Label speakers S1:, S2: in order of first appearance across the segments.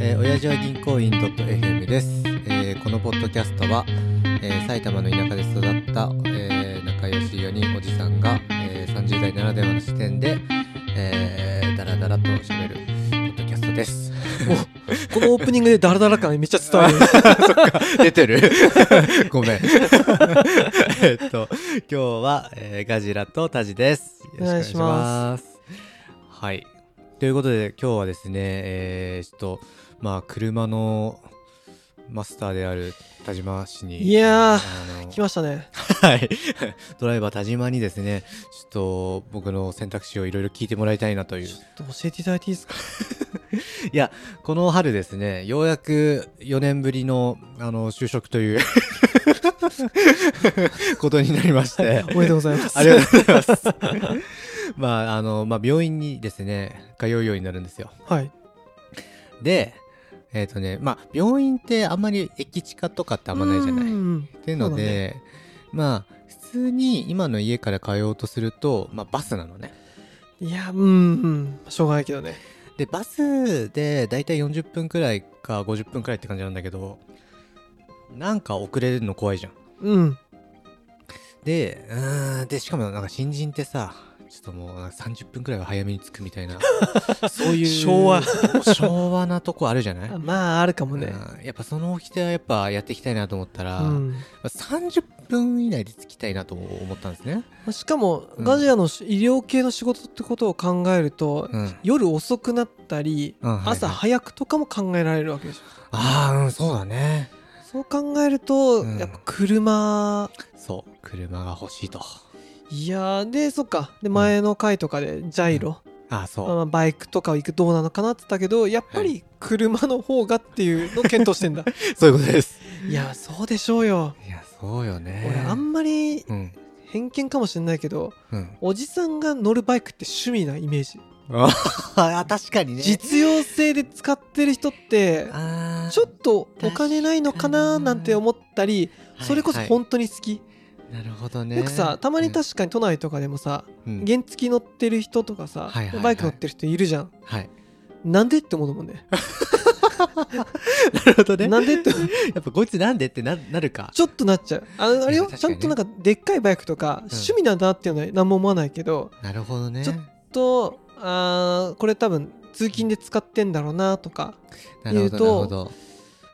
S1: えー、親父は銀行員 .fm です、えーこのポッドキャストは、えー埼玉の田舎で育った、えー仲良し4人おじさんが、えー30代ならではの視点で、えー、だらだらと喋るポッドキャストです。
S2: このオープニングでダラダラ感めっちゃ 伝わる。
S1: 出てる ごめん。 えっと、今日は、えーガジラとタジです。よろしくお願いします。はい。ということで、今日はですね、えー、ちょっと、まあ、車のマスターである田島氏に。
S2: いやー
S1: あの
S2: 来ましたね。
S1: はい。 ドライバー田島にですね、ちょっと僕の選択肢をいろいろ聞いてもらいたいなという
S2: ちょ。っと教えていただいていいですか
S1: いや、この春ですね、ようやく4年ぶりの、あの、就職と いう、ことになりまして。
S2: おめでとうございます。
S1: ありがとうございます。 まあ、あの、まあ、病院にですね、通うようになるんですよ。
S2: はい。
S1: で、えっ、とね、まあ、病院ってあんまり駅地下とかってあんまないじゃない。
S2: い。
S1: っていうの
S2: そうだ
S1: で、まあ、普通に今の家から通おうとすると、まあ、バスなのね。
S2: いや、うん、うん。しょうがないけどね。
S1: で、バスでだいたい40分くらいか50分くらいって感じなんだけど、なんか遅れるの怖いじゃん。
S2: うん。
S1: で、うーん、で、しかもなんか新人ってさ、ちょっともうなんか30分くらいは早めに着くみたい な、そういう
S2: 昭和
S1: 昭和なとこあるじゃない
S2: あまあ、あるかもね。
S1: うんやっぱそのきてはやっぱやっていきたいなと思った
S2: う
S1: ら、ま
S2: ん。
S1: あ30分以内で着きたいなと思ったんですね。
S2: まあしかも、
S1: うん
S2: ガジアのし医療系の仕事ってことを考えると、
S1: うん、
S2: 夜遅くなったり、
S1: うんはいはい
S2: 朝早くとかも考えられるわけでしょ。
S1: ああ、うん、そうだね。
S2: そう考えると、
S1: うん
S2: やっぱ車、
S1: そう、車が欲しいと。
S2: いやー、で、そっか。で、前の回とかで、ジャイロ。
S1: ああ、そう。
S2: まあ、バイクとか行くどうなのかなって言ったけどやっぱり車の方がっていうのを検討して んだ
S1: そういうことです。
S2: いやそうでしょうよ、
S1: いや、そうよね。
S2: 俺あんまり
S1: うん、
S2: 偏見かもしれないけど
S1: うん。
S2: おじさんが乗るバイクって趣味なイメージ
S1: ああ、確かにね
S2: 実用性で使ってる人って
S1: ああ、
S2: ちょっとお金ないのかななんて思ったり
S1: はい
S2: それこそ
S1: はい
S2: 本当に好き、
S1: なるほどね。
S2: よくさたまに確かに都内とかでもさ、
S1: うん、うん
S2: 原付乗ってる人とかさ、
S1: はいはいはい
S2: バイク乗ってる人いるじゃん
S1: はい。
S2: なんでって思うもんね
S1: なるほどね。
S2: なんで って
S1: やっぱこいつなんでってななるか。
S2: ちょっとなっちゃう。あのあれよ、
S1: 確
S2: ち
S1: か
S2: ゃ
S1: に
S2: ん
S1: ね
S2: となんかでっかいバイクとか、趣味なんだなっていうのは何も思わないけど、
S1: なるほどね。
S2: ちょと、あーこれ多分通勤で使ってんだろうなとか、
S1: なるほど、なるほど。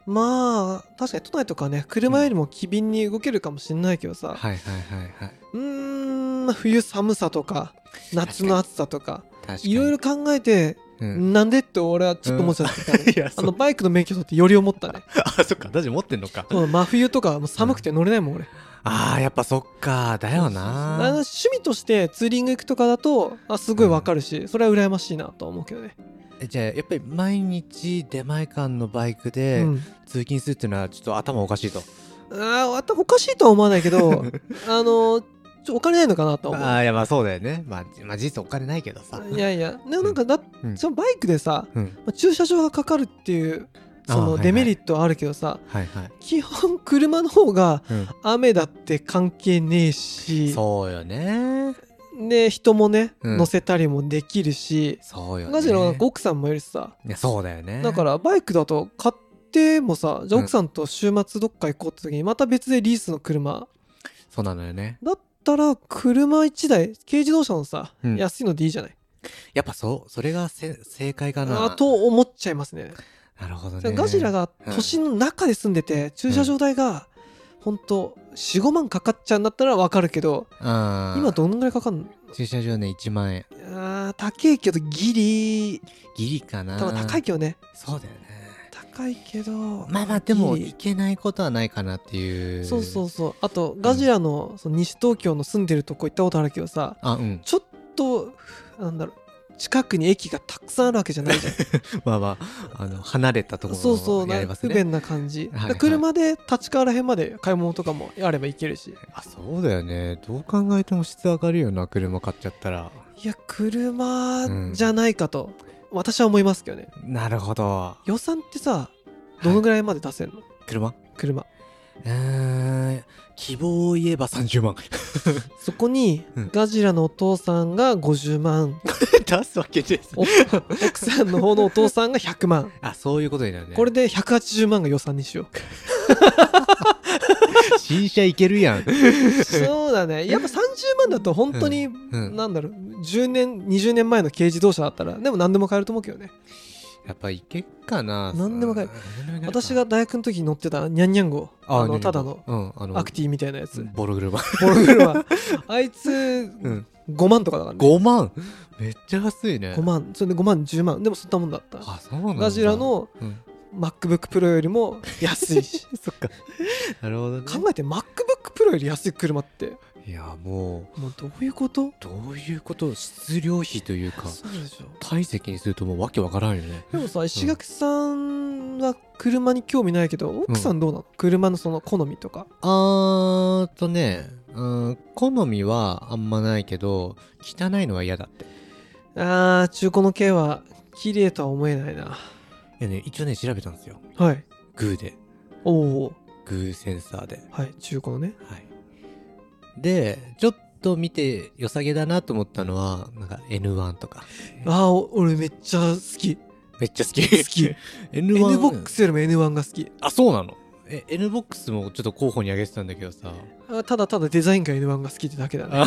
S2: まあ、確かに都内とかね、車よりも機敏に動けるかもしれないけど
S1: は
S2: さ、
S1: いはいはいはい。確
S2: うーん、冬寒さとか、夏の暑さとか、
S1: かに。
S2: いろいろ考えて、
S1: うん。
S2: なんでって俺はちょっと思っちゃった。
S1: いや、
S2: あ
S1: そ
S2: の
S1: の、
S2: バイクの免許取ってより思った ね。
S1: あ、そっか、私持ってんのか。
S2: そう真冬とかもう寒くて乗れないもん俺。
S1: ああ、やっぱそっか、だよ
S2: あの
S1: な。
S2: 趣味としてツーリング行くとかだとあすごいわかるし、それは羨ましいなとは思うけどね、
S1: えじゃあ、やっぱり毎日出前館のバイクで
S2: うん、
S1: 通勤するっていうのはちょっと頭おかしいと。
S2: ああおかしいとは思わない けどあのちょお金ないのかなとは思う
S1: ああ、いや、まあそうだよね。まあ、まあ、事実お金ないけどさ。
S2: いやいやでもなんかだ、
S1: うん
S2: そのバイクでさ、
S1: うん。
S2: まあ駐車場がかかるっていうそ
S1: あーはい
S2: の
S1: はい
S2: デメリットはあるけどさ、
S1: はいはい。
S2: 基本車の方が
S1: う
S2: 雨だって関係ねえ
S1: ん。
S2: し
S1: そうよね。
S2: で人もね、
S1: うん
S2: 乗せたりもできるし
S1: そうよね。
S2: ガジラはなんか奥さんもいるしさ
S1: いや、そうだよね。
S2: だからバイクだと買ってもさじゃ
S1: う
S2: あ
S1: ん
S2: 奥さんと週末どっか行こうって時にまた別でリースの車
S1: そうなのよね。
S2: だったら車1台軽自動車のさ、
S1: うん
S2: 安いのでいいじゃない
S1: やっぱそう、それがせ正解かな。
S2: あと思っちゃいますね
S1: なるほどね。
S2: ガジラが
S1: うん
S2: 都心の中で住んでて、駐車場代が本当45万かかっちゃうんだったら分かるけど、
S1: あー
S2: 今どんぐらいかかんの
S1: 駐車場ね、1万円。
S2: あー高いけどギリ
S1: ギリかな。
S2: 多分高いけどね
S1: そうだよね。
S2: 高いけど
S1: まあまあ、でも、
S2: ギリ
S1: いけないことはないかなっていう。
S2: そうそう。そうあとガジラのその西東京の住んでるとこ行ったことあるけどさ、
S1: あ、うん。
S2: ちょっとなんだろう近くに駅がたくさんあるわけじゃないじゃ ん
S1: まあまあ、あの、離れたとこ
S2: そうそ
S1: ろ
S2: う、
S1: をや
S2: な
S1: り
S2: ん
S1: ま
S2: か
S1: す
S2: 不
S1: ね。
S2: 便な感じ、
S1: はいはい
S2: だから車で立川ら辺まで買い物とかもあれば行けるし
S1: あ、そうだよね。どう考えても質上がるよな、車買っちゃったら。
S2: いや車じゃないかと、私は思いますけどね
S1: なるほど。
S2: 予算ってさどのぐらいまで出せんの、
S1: 車
S2: 車
S1: えー、希望を言えば30万
S2: そこに
S1: うん
S2: ガジラのお父さんが50万
S1: 出すわけです
S2: お奥さんの方のお父さんが100万
S1: あそういうことになるね
S2: これで180万が予算にしよ う
S1: 新車いけるやん
S2: そうだねやっぱ30万だと本当に、
S1: うん
S2: なんだろう10年20年前の軽自動車だったらでも何でも買えると思うけどね
S1: やっぱいけっかな
S2: なんでもかい
S1: なんでもかい
S2: 私が大学の時に乗ってたニャンニャン号あ
S1: あ
S2: のただの
S1: うんあの
S2: アクティみたいなやつ
S1: ボログルマ
S2: ボロ 車あいつ
S1: うん
S2: 5万とかだからね
S1: 5万めっちゃ安いね
S2: 5万それで5万10万でもそんなもんだった
S1: あそうなんだ
S2: ガジラの
S1: うん
S2: MacBookPro よりも安いし
S1: そっか なるほどね
S2: 考えて MacBookPro より安い車って
S1: いやもう
S2: もうどういうこと
S1: どういうこと質量費というか
S2: そうでしょ
S1: 体積にするともうわけわからんよね
S2: でもさ石垣さんは車に興味ないけど奥さんどうなの、車のその好みとか
S1: あーとねうん好みはあんまないけど汚いのは嫌だって
S2: あー中古の系は綺麗とは思えないない
S1: やね一応ね調べたんですよ
S2: はい
S1: グーで
S2: おお
S1: グーセンサーで
S2: はい中古のね
S1: はいでちょっと見て良さげだなと思ったのはなんか N1 とか
S2: ああ俺めっちゃ好き
S1: めっちゃ好き
S2: 好 き
S1: N1
S2: N ボックスよりも N1 が好き
S1: あそうなのえ N ボックスもちょっと候補に挙げてたんだけどさ
S2: あただただデザインが N1 が好きってだけだね
S1: あ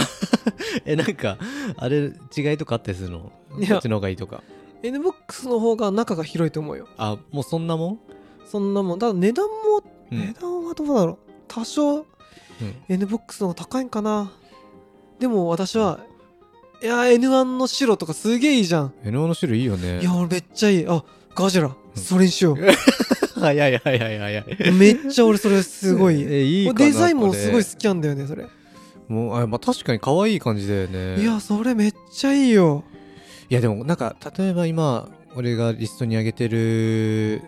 S1: えなんかあれ違いとかあったりするの
S2: いや
S1: こっちの方がいいとか
S2: N ボックスの方が中が広いと思うよ
S1: あもうそんなもん、
S2: そんなもんただ値段も、
S1: うん
S2: 値段はどうだろう多少
S1: うん
S2: N ボックスの方が高いんかなでも私はいやー N1 の白とかすげえいいじゃん
S1: N1 の種類いいよね
S2: いや俺めっちゃいいあガジラそれにしよ う
S1: 早い早い早い
S2: めっちゃ俺それすごい
S1: えいいかな
S2: デザインも
S1: これ
S2: すごい好きなんだよねそれ、
S1: もうあ、まあ、確かに可愛い感じだよね
S2: いやそれめっちゃいいよ
S1: いやでもなんか例えば今俺がリストに上げてる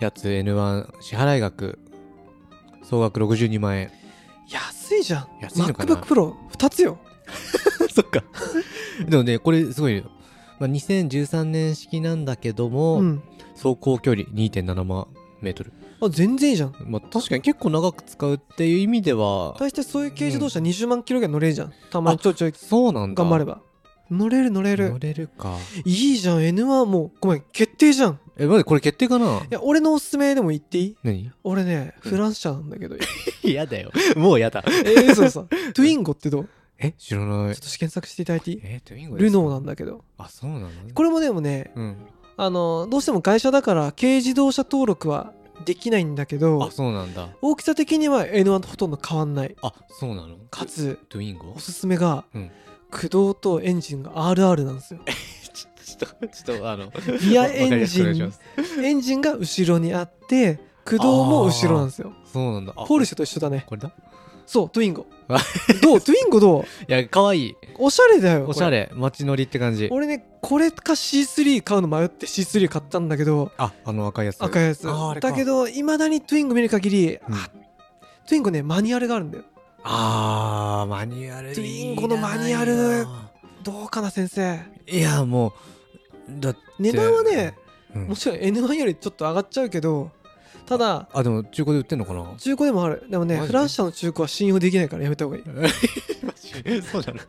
S1: やつ N1 支払額総額62万 円
S2: 安いじゃん
S1: 安いのかな
S2: MacBookPro2 つよ
S1: そっかでもねこれすごいよ、まあ、2013年式なんだけども、
S2: うん
S1: 走行距離2.7万メートル
S2: あ全然いいじゃん
S1: まあ確かに結構長く使うっていう意味では
S2: 大してそういう軽自動車20万キロぐらい乗れるじゃんたまにちょいちょい
S1: そうなんだ
S2: 頑張れば乗れる乗れる
S1: 乗れるか
S2: いいじゃん N1 もうごめん決定じゃん
S1: え待ってこれ決定かない
S2: や俺のおすすめでも言っていい
S1: 何
S2: 俺ね
S1: うん
S2: フランス車なんだ けど
S1: 嫌だよもう嫌だ
S2: えーそうそうトゥインゴってどうちょ
S1: え知らない
S2: っと検索していただいていい
S1: えトゥインゴ
S2: ルノー
S1: な
S2: なんだけど
S1: あそうなの
S2: これもでもね
S1: うん
S2: あのどうしても会社だから軽自動車登録はできないんだけ
S1: あ
S2: ど
S1: そうなんだ
S2: 大きさ的には N1 とほとんど変わんない
S1: あそうなの
S2: かつ
S1: トゥインゴ
S2: おすすめが、
S1: うん
S2: 駆動とエンジンが RR なんですよ
S1: ちょっとちょっとあの
S2: リアエン ジ
S1: わかりやすくお願いし
S2: ン
S1: ます
S2: エンジンが後ろにあって駆動も後ろなんですよ
S1: そうなんだあ
S2: ポルシェと一緒だね
S1: これだ
S2: そうトゥインゴ
S1: あ
S2: どう トゥインゴどう
S1: いや可愛い
S2: おしゃれだよこれ
S1: おしゃれ街乗りって感じ
S2: 俺ねこれか C3 買うの迷って C3 買ったんだけど
S1: ああの赤いやつ
S2: 赤いやつ
S1: ああれか
S2: だけどいまだにトゥインゴ見る限り、
S1: うん
S2: あトゥインゴねマニュアルがあるんだよ
S1: あーマニュアルいいな
S2: トゥインゴのマニュアルどうかな先生
S1: いやもうだって
S2: 値段はね、
S1: うん
S2: もちろん N1 よりちょっと上がっちゃうけどただ
S1: あでも中古で売ってんのかな
S2: 中古でもあるでもね
S1: マジで
S2: フランス車の中古は信用できないからやめた方がいい
S1: そうじゃない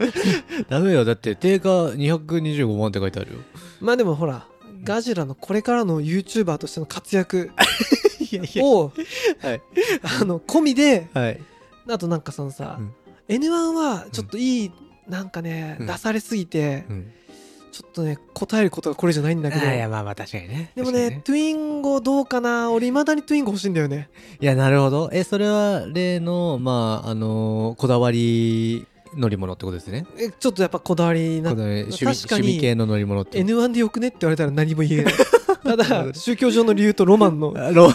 S1: ダメよだって定価225万って書いてあるよ
S2: まあでもほらガジラのこれからの YouTuber としての活躍
S1: いやい
S2: を
S1: はい
S2: あの込みで
S1: はい
S2: あとなんかそのさ、
S1: うん
S2: N1 はちょっといい、なんかね、
S1: うん
S2: 出されすぎて、
S1: うん
S2: ちょっとね答えることがこれじゃないんだけど
S1: あいやまあまあ確かにね
S2: でも
S1: 確
S2: ね
S1: かに
S2: トゥインゴどうかな俺いまだにトゥインゴ欲しいんだよね
S1: いやなるほどえそれは例のまああのーこだわり乗り物ってことですね
S2: えちょっとやっぱこだわり
S1: こ
S2: な
S1: だわり趣味
S2: 確か
S1: 趣
S2: に
S1: 味系の乗り物ってこと
S2: N1 でよくねって言われたら何も言 えないただ宗教上の理由とロマンの
S1: あ ロ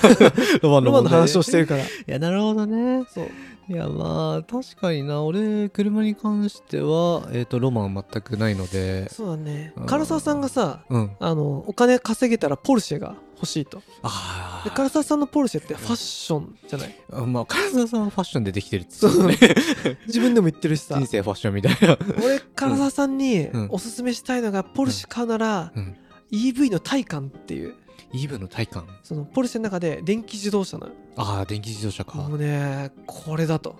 S1: ロマン
S2: ロマンの話をしててる から
S1: いやなるほどね
S2: そう
S1: いやまあ確かにな俺車に関してはえっ、とロマン全くないので
S2: そうだね
S1: うん
S2: 唐沢さんがさ
S1: うん
S2: あのお金稼げたらポルシェが欲しいと
S1: あ
S2: で唐沢さんのポルシェってファッションじゃない
S1: あまあ唐沢さんはファッションでできてるっつ
S2: そ
S1: って
S2: う
S1: ね
S2: 自分でも言ってるし さ
S1: 人生ファッションみたいな、
S2: 俺唐沢さんに
S1: うん
S2: おすすめしたいのがポルシェ買うなら
S1: うん
S2: EV のタイカンっていう
S1: EV の体感
S2: そのポリスの中で電気自動車なの
S1: ああ電気自動車か
S2: もうねこれだと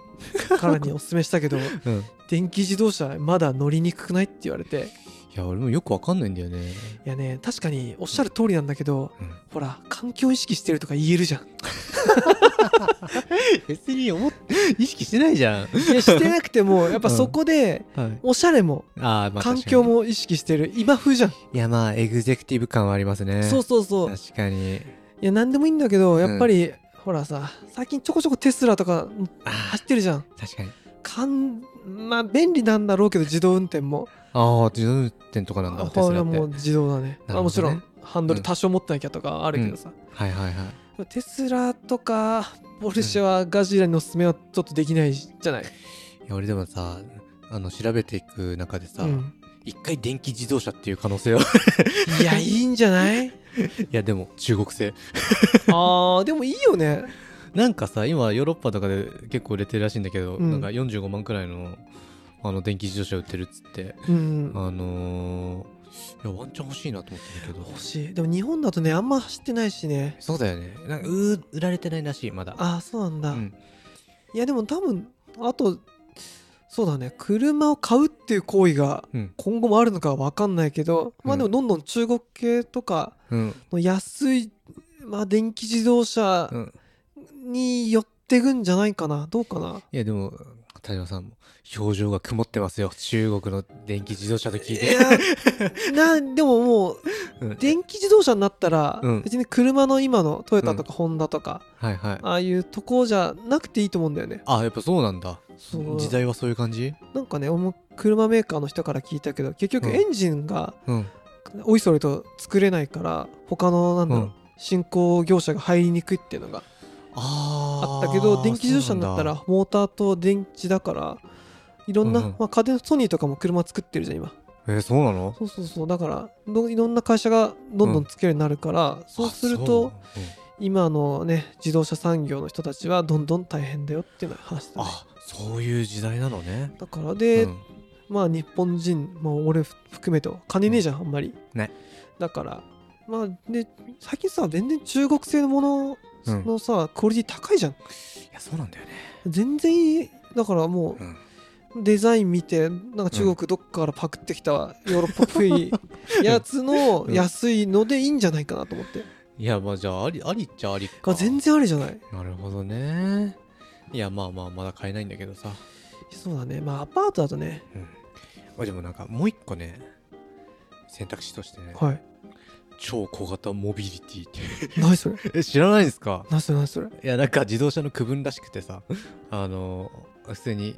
S2: 彼におすすめし たけど
S1: うんい
S2: 電気自動車まだ乗りにくくないって言われて
S1: や俺もよくわかんないんだよね
S2: いやね確かにおっしゃる通りなんだけど、
S1: うん
S2: ほら環境意識してるとか言えるじゃん
S1: 別に思っ意識してないじゃん、
S2: いやしてなくてもやっぱそこで
S1: はい、
S2: おしゃれも
S1: ああまあ
S2: 環境
S1: 確か
S2: も意識してる今風じゃん、
S1: にいやまあエグゼクティブ感はありますね
S2: そうそうそう
S1: 確かに
S2: いや何でもいいんだけどやっぱり、ほらさ最近ちょこちょこテスラとか
S1: あ
S2: 走ってるじゃん
S1: あ確かに
S2: かんまあ便利なんだろうけど自動運転も
S1: ああ自動運転とかなんだテ
S2: こ
S1: ス
S2: れ
S1: ラ
S2: は
S1: って
S2: もう自動だね
S1: なるほどね
S2: あもちろんハンドル
S1: うん
S2: 多少持ってなきゃとかあるけどさ、
S1: はいはいはい
S2: テスラとかポルシェはガジラにおすすめはちょっとできないじゃない、
S1: いや俺でもさあの調べていく中でさ
S2: うん
S1: 一、回電気自動車っていう可能 性はい
S2: いやいいんじゃない
S1: やでも中国製
S2: あーでもいいよね
S1: なんかさ今ヨーロッパとかで結構売れてるらしいんだけど、
S2: うん
S1: なんか45万くらいのあの電気自動車売ってるっつって
S2: うん
S1: あのー、いやワンチャン欲しいなと思ってるけど
S2: 欲しいでも日本だとねあんま走ってないしね
S1: そうだよねなんかうー売られてないらしいまだ
S2: ああそうなん
S1: う
S2: だ、
S1: ん、
S2: いやでも多分あとそうだね車を買うっていう行為が
S1: うん
S2: 今後もあるのかは分かんないけど、
S1: う
S2: まあ
S1: ん
S2: でもどんどん中国系とか
S1: うん
S2: の安い、まあ、電気自動車
S1: うん、
S2: に寄ってくんじゃないかなどうかない
S1: やでも田島さんも表情が曇ってますよ中国の電気自動車と聞い
S2: い
S1: て、
S2: やなでももう
S1: うん、
S2: 電気自動車になったら
S1: うん
S2: 別に車の今のトヨタとかホンダとか
S1: はいはい
S2: ああいうとこじゃなくていいと思うんだよね
S1: あやっぱそうなんだ
S2: そう
S1: 時代はそういう感じ
S2: なんかね俺も車メーカーの人から聞いたけど結局
S1: うん
S2: エンジンが
S1: うん
S2: おいそれと作れないから他のなんだろう、
S1: うん
S2: 進行業者が入りにくいっていうのがあ
S1: あー
S2: ったけど電気自動車になった
S1: そ
S2: らモーターと電池だからいろんな、
S1: うんうん
S2: まあ、家電ソニーとかも車作ってるじゃん
S1: う
S2: 今
S1: なんだえーそうなの
S2: そうそうそうだからどいろんな会社がどんどんつけるようになるから、そうすると
S1: あそう
S2: 今のね自動車産業の人たちはどんどん大変だよっていうのが話だ,、ね、
S1: あそういう時代なのね
S2: だからで、
S1: うん
S2: まあ日本人、まあ、俺含めて金ねえじゃん、あんまり
S1: ね
S2: だからまあで最近さ全然中国製の
S1: う
S2: も
S1: ん
S2: ののさ、クオリティ高いじゃん
S1: いやそうなんだよね
S2: 全然いいだからも
S1: うん
S2: うデザイン見てなんか中国どっからパクってきたヨーロッパっ ぽいやつの
S1: うん
S2: 安いのでいいんじゃないかなと思って、
S1: いやまあじゃあありありっちゃあり
S2: ま
S1: か
S2: あ全然あれじゃない
S1: なるほどねいやまあまあまだ買えないんだけどさ、
S2: そうだねまあアパートだとね
S1: うんまあ、でもなんかもう一個ね選択肢としてね、
S2: はい
S1: 超小型モビリティって
S2: 何それ
S1: え 知らないんですか
S2: 何それ何それ
S1: いやなんか自動車の区分らしくてさあの普通に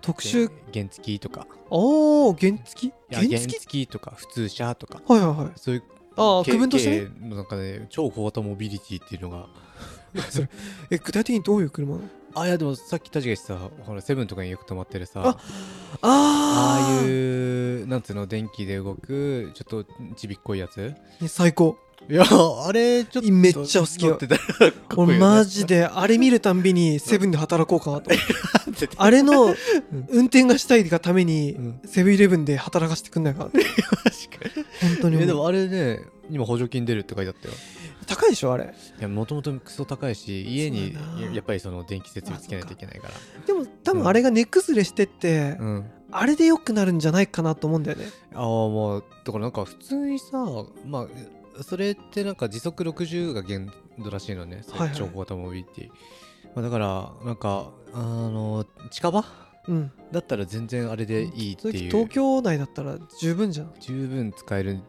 S2: 特集
S1: 原付とか
S2: ああ原付
S1: いや
S2: 原
S1: 原
S2: 付
S1: 付とか普通車とか
S2: はいはいはい
S1: そういう
S2: ああ
S1: け
S2: 区分としてね
S1: 系のなんかね超小型モビリティっていうのが
S2: え具体的にどういう車なの
S1: あいやでもさっき確かにさほらセブンとかによく止まってるさ
S2: ああ
S1: ああいううなんつうの電気で動くちょっとちびっこいやつ
S2: 最高
S1: いやあれちょっと
S2: めっちゃ好きよ
S1: 乗ってたらかっこいいよね
S2: 俺マジであれ見るたんびにセブンで働こうかなと思って
S1: ってて
S2: あれの運転がしたいがために
S1: うん
S2: セブンイレブンで働かせてくんないかなって
S1: 確か
S2: 本当
S1: に
S2: に
S1: い やで
S2: 思う
S1: もあれね今補助金出るって書いてあったよ
S2: 高いでしょあれ
S1: いやもともとクソ高いし家に
S2: そうだな
S1: やっぱりその電気設備つけないといけないから
S2: でも多分あれが根崩れしてって
S1: うん
S2: あれで良くなるんじゃないかなと思うんだよね
S1: ああもうだからなんか普通にさまあそれってなんか時速60が限度らしいのね、
S2: はいはい
S1: 超小型モビリティ、まあ、だからなんかあの近場
S2: うん
S1: だったら全然あれでいいって
S2: 正
S1: いう
S2: 直東京内だったら十分じゃん
S1: 十分使えるん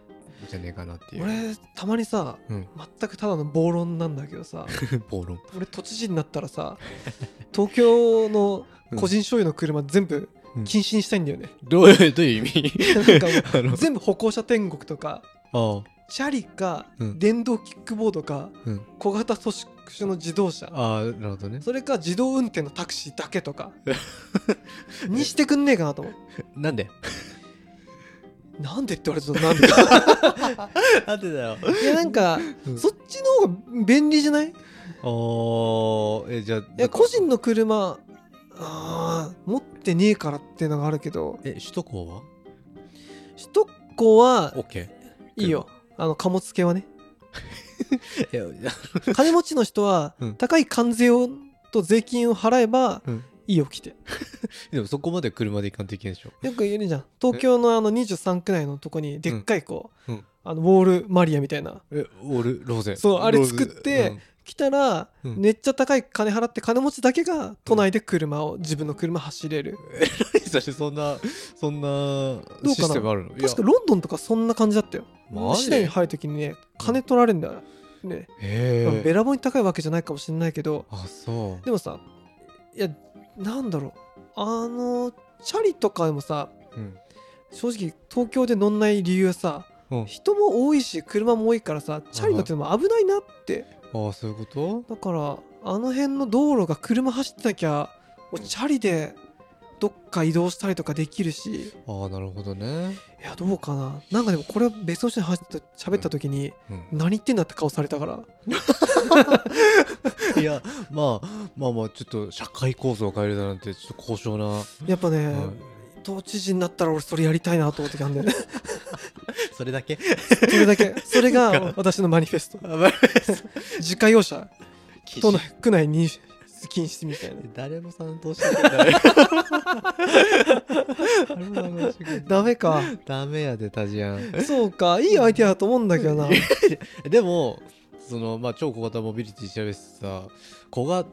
S1: じゃねえかなっていう
S2: 俺たまにさ
S1: うん
S2: 全くただの暴論なんだけどさ
S1: 暴論
S2: 俺都知事になったらさ東京の個人所有の車全部
S1: うん
S2: 禁止にしたいんだ よね、
S1: どういうどういう意味
S2: なんかもう
S1: あの
S2: 全部歩行者天国とか
S1: あ
S2: チャリか、
S1: うん
S2: 電動キックボードか、
S1: うん
S2: 小型組織の自動車
S1: あああなるほどね
S2: それか自動運転のタクシーだけ とかにしてくんねえかなと思う
S1: なんで
S2: なんでって言われるとなんでか
S1: なんでだよ
S2: い やなんか、
S1: うん
S2: そっちの方が便利じゃないい
S1: ああえじゃあ
S2: や個人の車あー持ってねえからっていうのがあるけど
S1: え首都高は
S2: 首都高は
S1: OK
S2: いいよあの貨物系はね
S1: いやいや
S2: 金持ちの人は
S1: うん
S2: 高い関税をと税金を払えば
S1: うん
S2: いいよ来て
S1: でもそこまで車で行かんといけんでしょ。
S2: よく言るじゃん東京のあの23区内のとこにでっかいこう、
S1: うんうん
S2: あのウォールマリアみたいな
S1: え、俺、ローゼ。
S2: そうあれ
S1: ローゼ
S2: 作って
S1: うん
S2: 来たら、
S1: うん
S2: めっちゃ高い金払って金持ちだけが都内で車を自分の車走れる
S1: そしてそんな、そん
S2: ど
S1: な
S2: う
S1: システムあ
S2: か
S1: る
S2: な
S1: の
S2: 確か
S1: に。
S2: ロンドンとかそんな感じだったよ
S1: マジ
S2: 市内に入る時にね金取られるんだよ、ね
S1: へ
S2: まあ
S1: ー
S2: べらぼうに高いわけじゃないかもしれないけど
S1: あ、そう。
S2: でもさいやなんだろうあのチャリとかでもさ
S1: うん
S2: 正直東京で乗んない理由はさ
S1: うん
S2: 人も多いし車も多いからさチャリ乗ってても危ないなって
S1: ああ、そういうこと
S2: だからあの辺の道路が車走ってなきゃもうチャリでどっか移動したりとかできるしい
S1: ああ、なるほどね。
S2: やどうかななんかでもこれ別の人に話して喋った時に
S1: うん
S2: 何言ってんだって顔されたから
S1: いや、まあ、まあまあ、ちょっと社会構造を変えるだなんて、ちょっと高尚な。
S2: やっぱね
S1: うん
S2: 都知事になったら俺それやりたいなと思ってたんだよね
S1: それだけ
S2: それだけそれが私のマニフェスト自家用 車都内区内に禁止みたいな
S1: 誰も賛同してくれ ない。誰も賛同してくれない
S2: ダメか
S1: ダメやで、タジアン。
S2: そうかいいアイデアだと思うんだけどな
S1: でもそのまあ超小型モビリティ調べてさ小が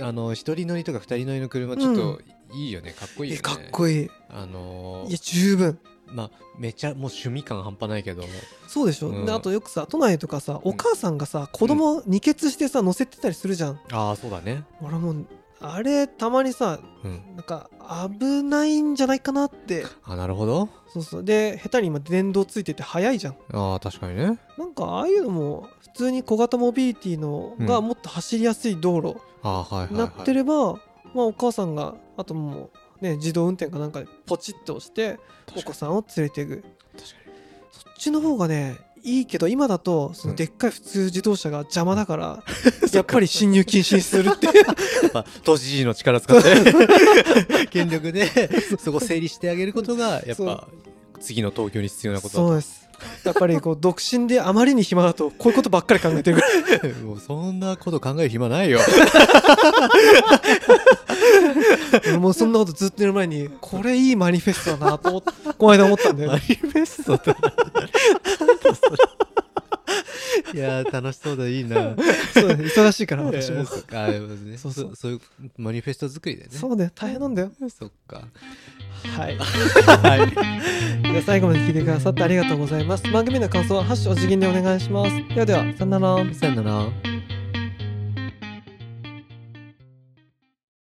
S1: あの一人乗りとか二人乗りの車ちょっといいよね、かっこいいよ
S2: え
S1: ね
S2: かっこいい
S1: あのー
S2: いや十分
S1: まあめちゃもう趣味感半端ないけど
S2: そうでしょ、
S1: うん
S2: であとよくさ都内とかさお母さんがさ、子供二血してさ乗せてたりするじゃん、
S1: ああそうだね
S2: 俺もうあれたまにさ
S1: うん
S2: なんか危ないんじゃないかなって
S1: あなるほど
S2: そうそうで下手に今電動ついてて速いじゃん
S1: ああ確かにね
S2: なんかああいうのも普通に小型モビリティのが
S1: うん
S2: もっと走りやすい道路
S1: ああはいはい、
S2: に
S1: は、
S2: ないってれば、まあお母さんがあともうね自動運転かなんかでポチッと押してお
S1: 確か
S2: 子
S1: に
S2: さんを連れていく
S1: 確か
S2: そっちの方がねいいけど今だとそのでっかい普通自動車が邪魔だ から、やっぱり侵入禁止にするって
S1: に やっぱ都知事の力使って 権力 でそこ整理してあげることがやっぱ次の東京に必要なことだ
S2: そうですやっぱりこう独身であまりに暇だとこういうことばっかり考えてるから
S1: もうそんなこと考える暇ないよ
S2: 俺もうそんなことずっと寝る前にこれいいマニフェストだなと思っこの間思っ たんだよ
S1: マ
S2: ね
S1: ニフェストだ いやー楽しそうだいいな
S2: そうだね忙しいから
S1: 私
S2: 私
S1: も
S2: も
S1: そっかあでもね
S2: そうそう
S1: そそういうマニフェスト作りだよね
S2: そうだよ大変なんだよ
S1: そっか
S2: はい
S1: はい
S2: じゃあ最後まで聞いてくださってありがとうございます番組の感想は「ハッシュお辞儀」でお願いしますではではさよなら
S1: さよなら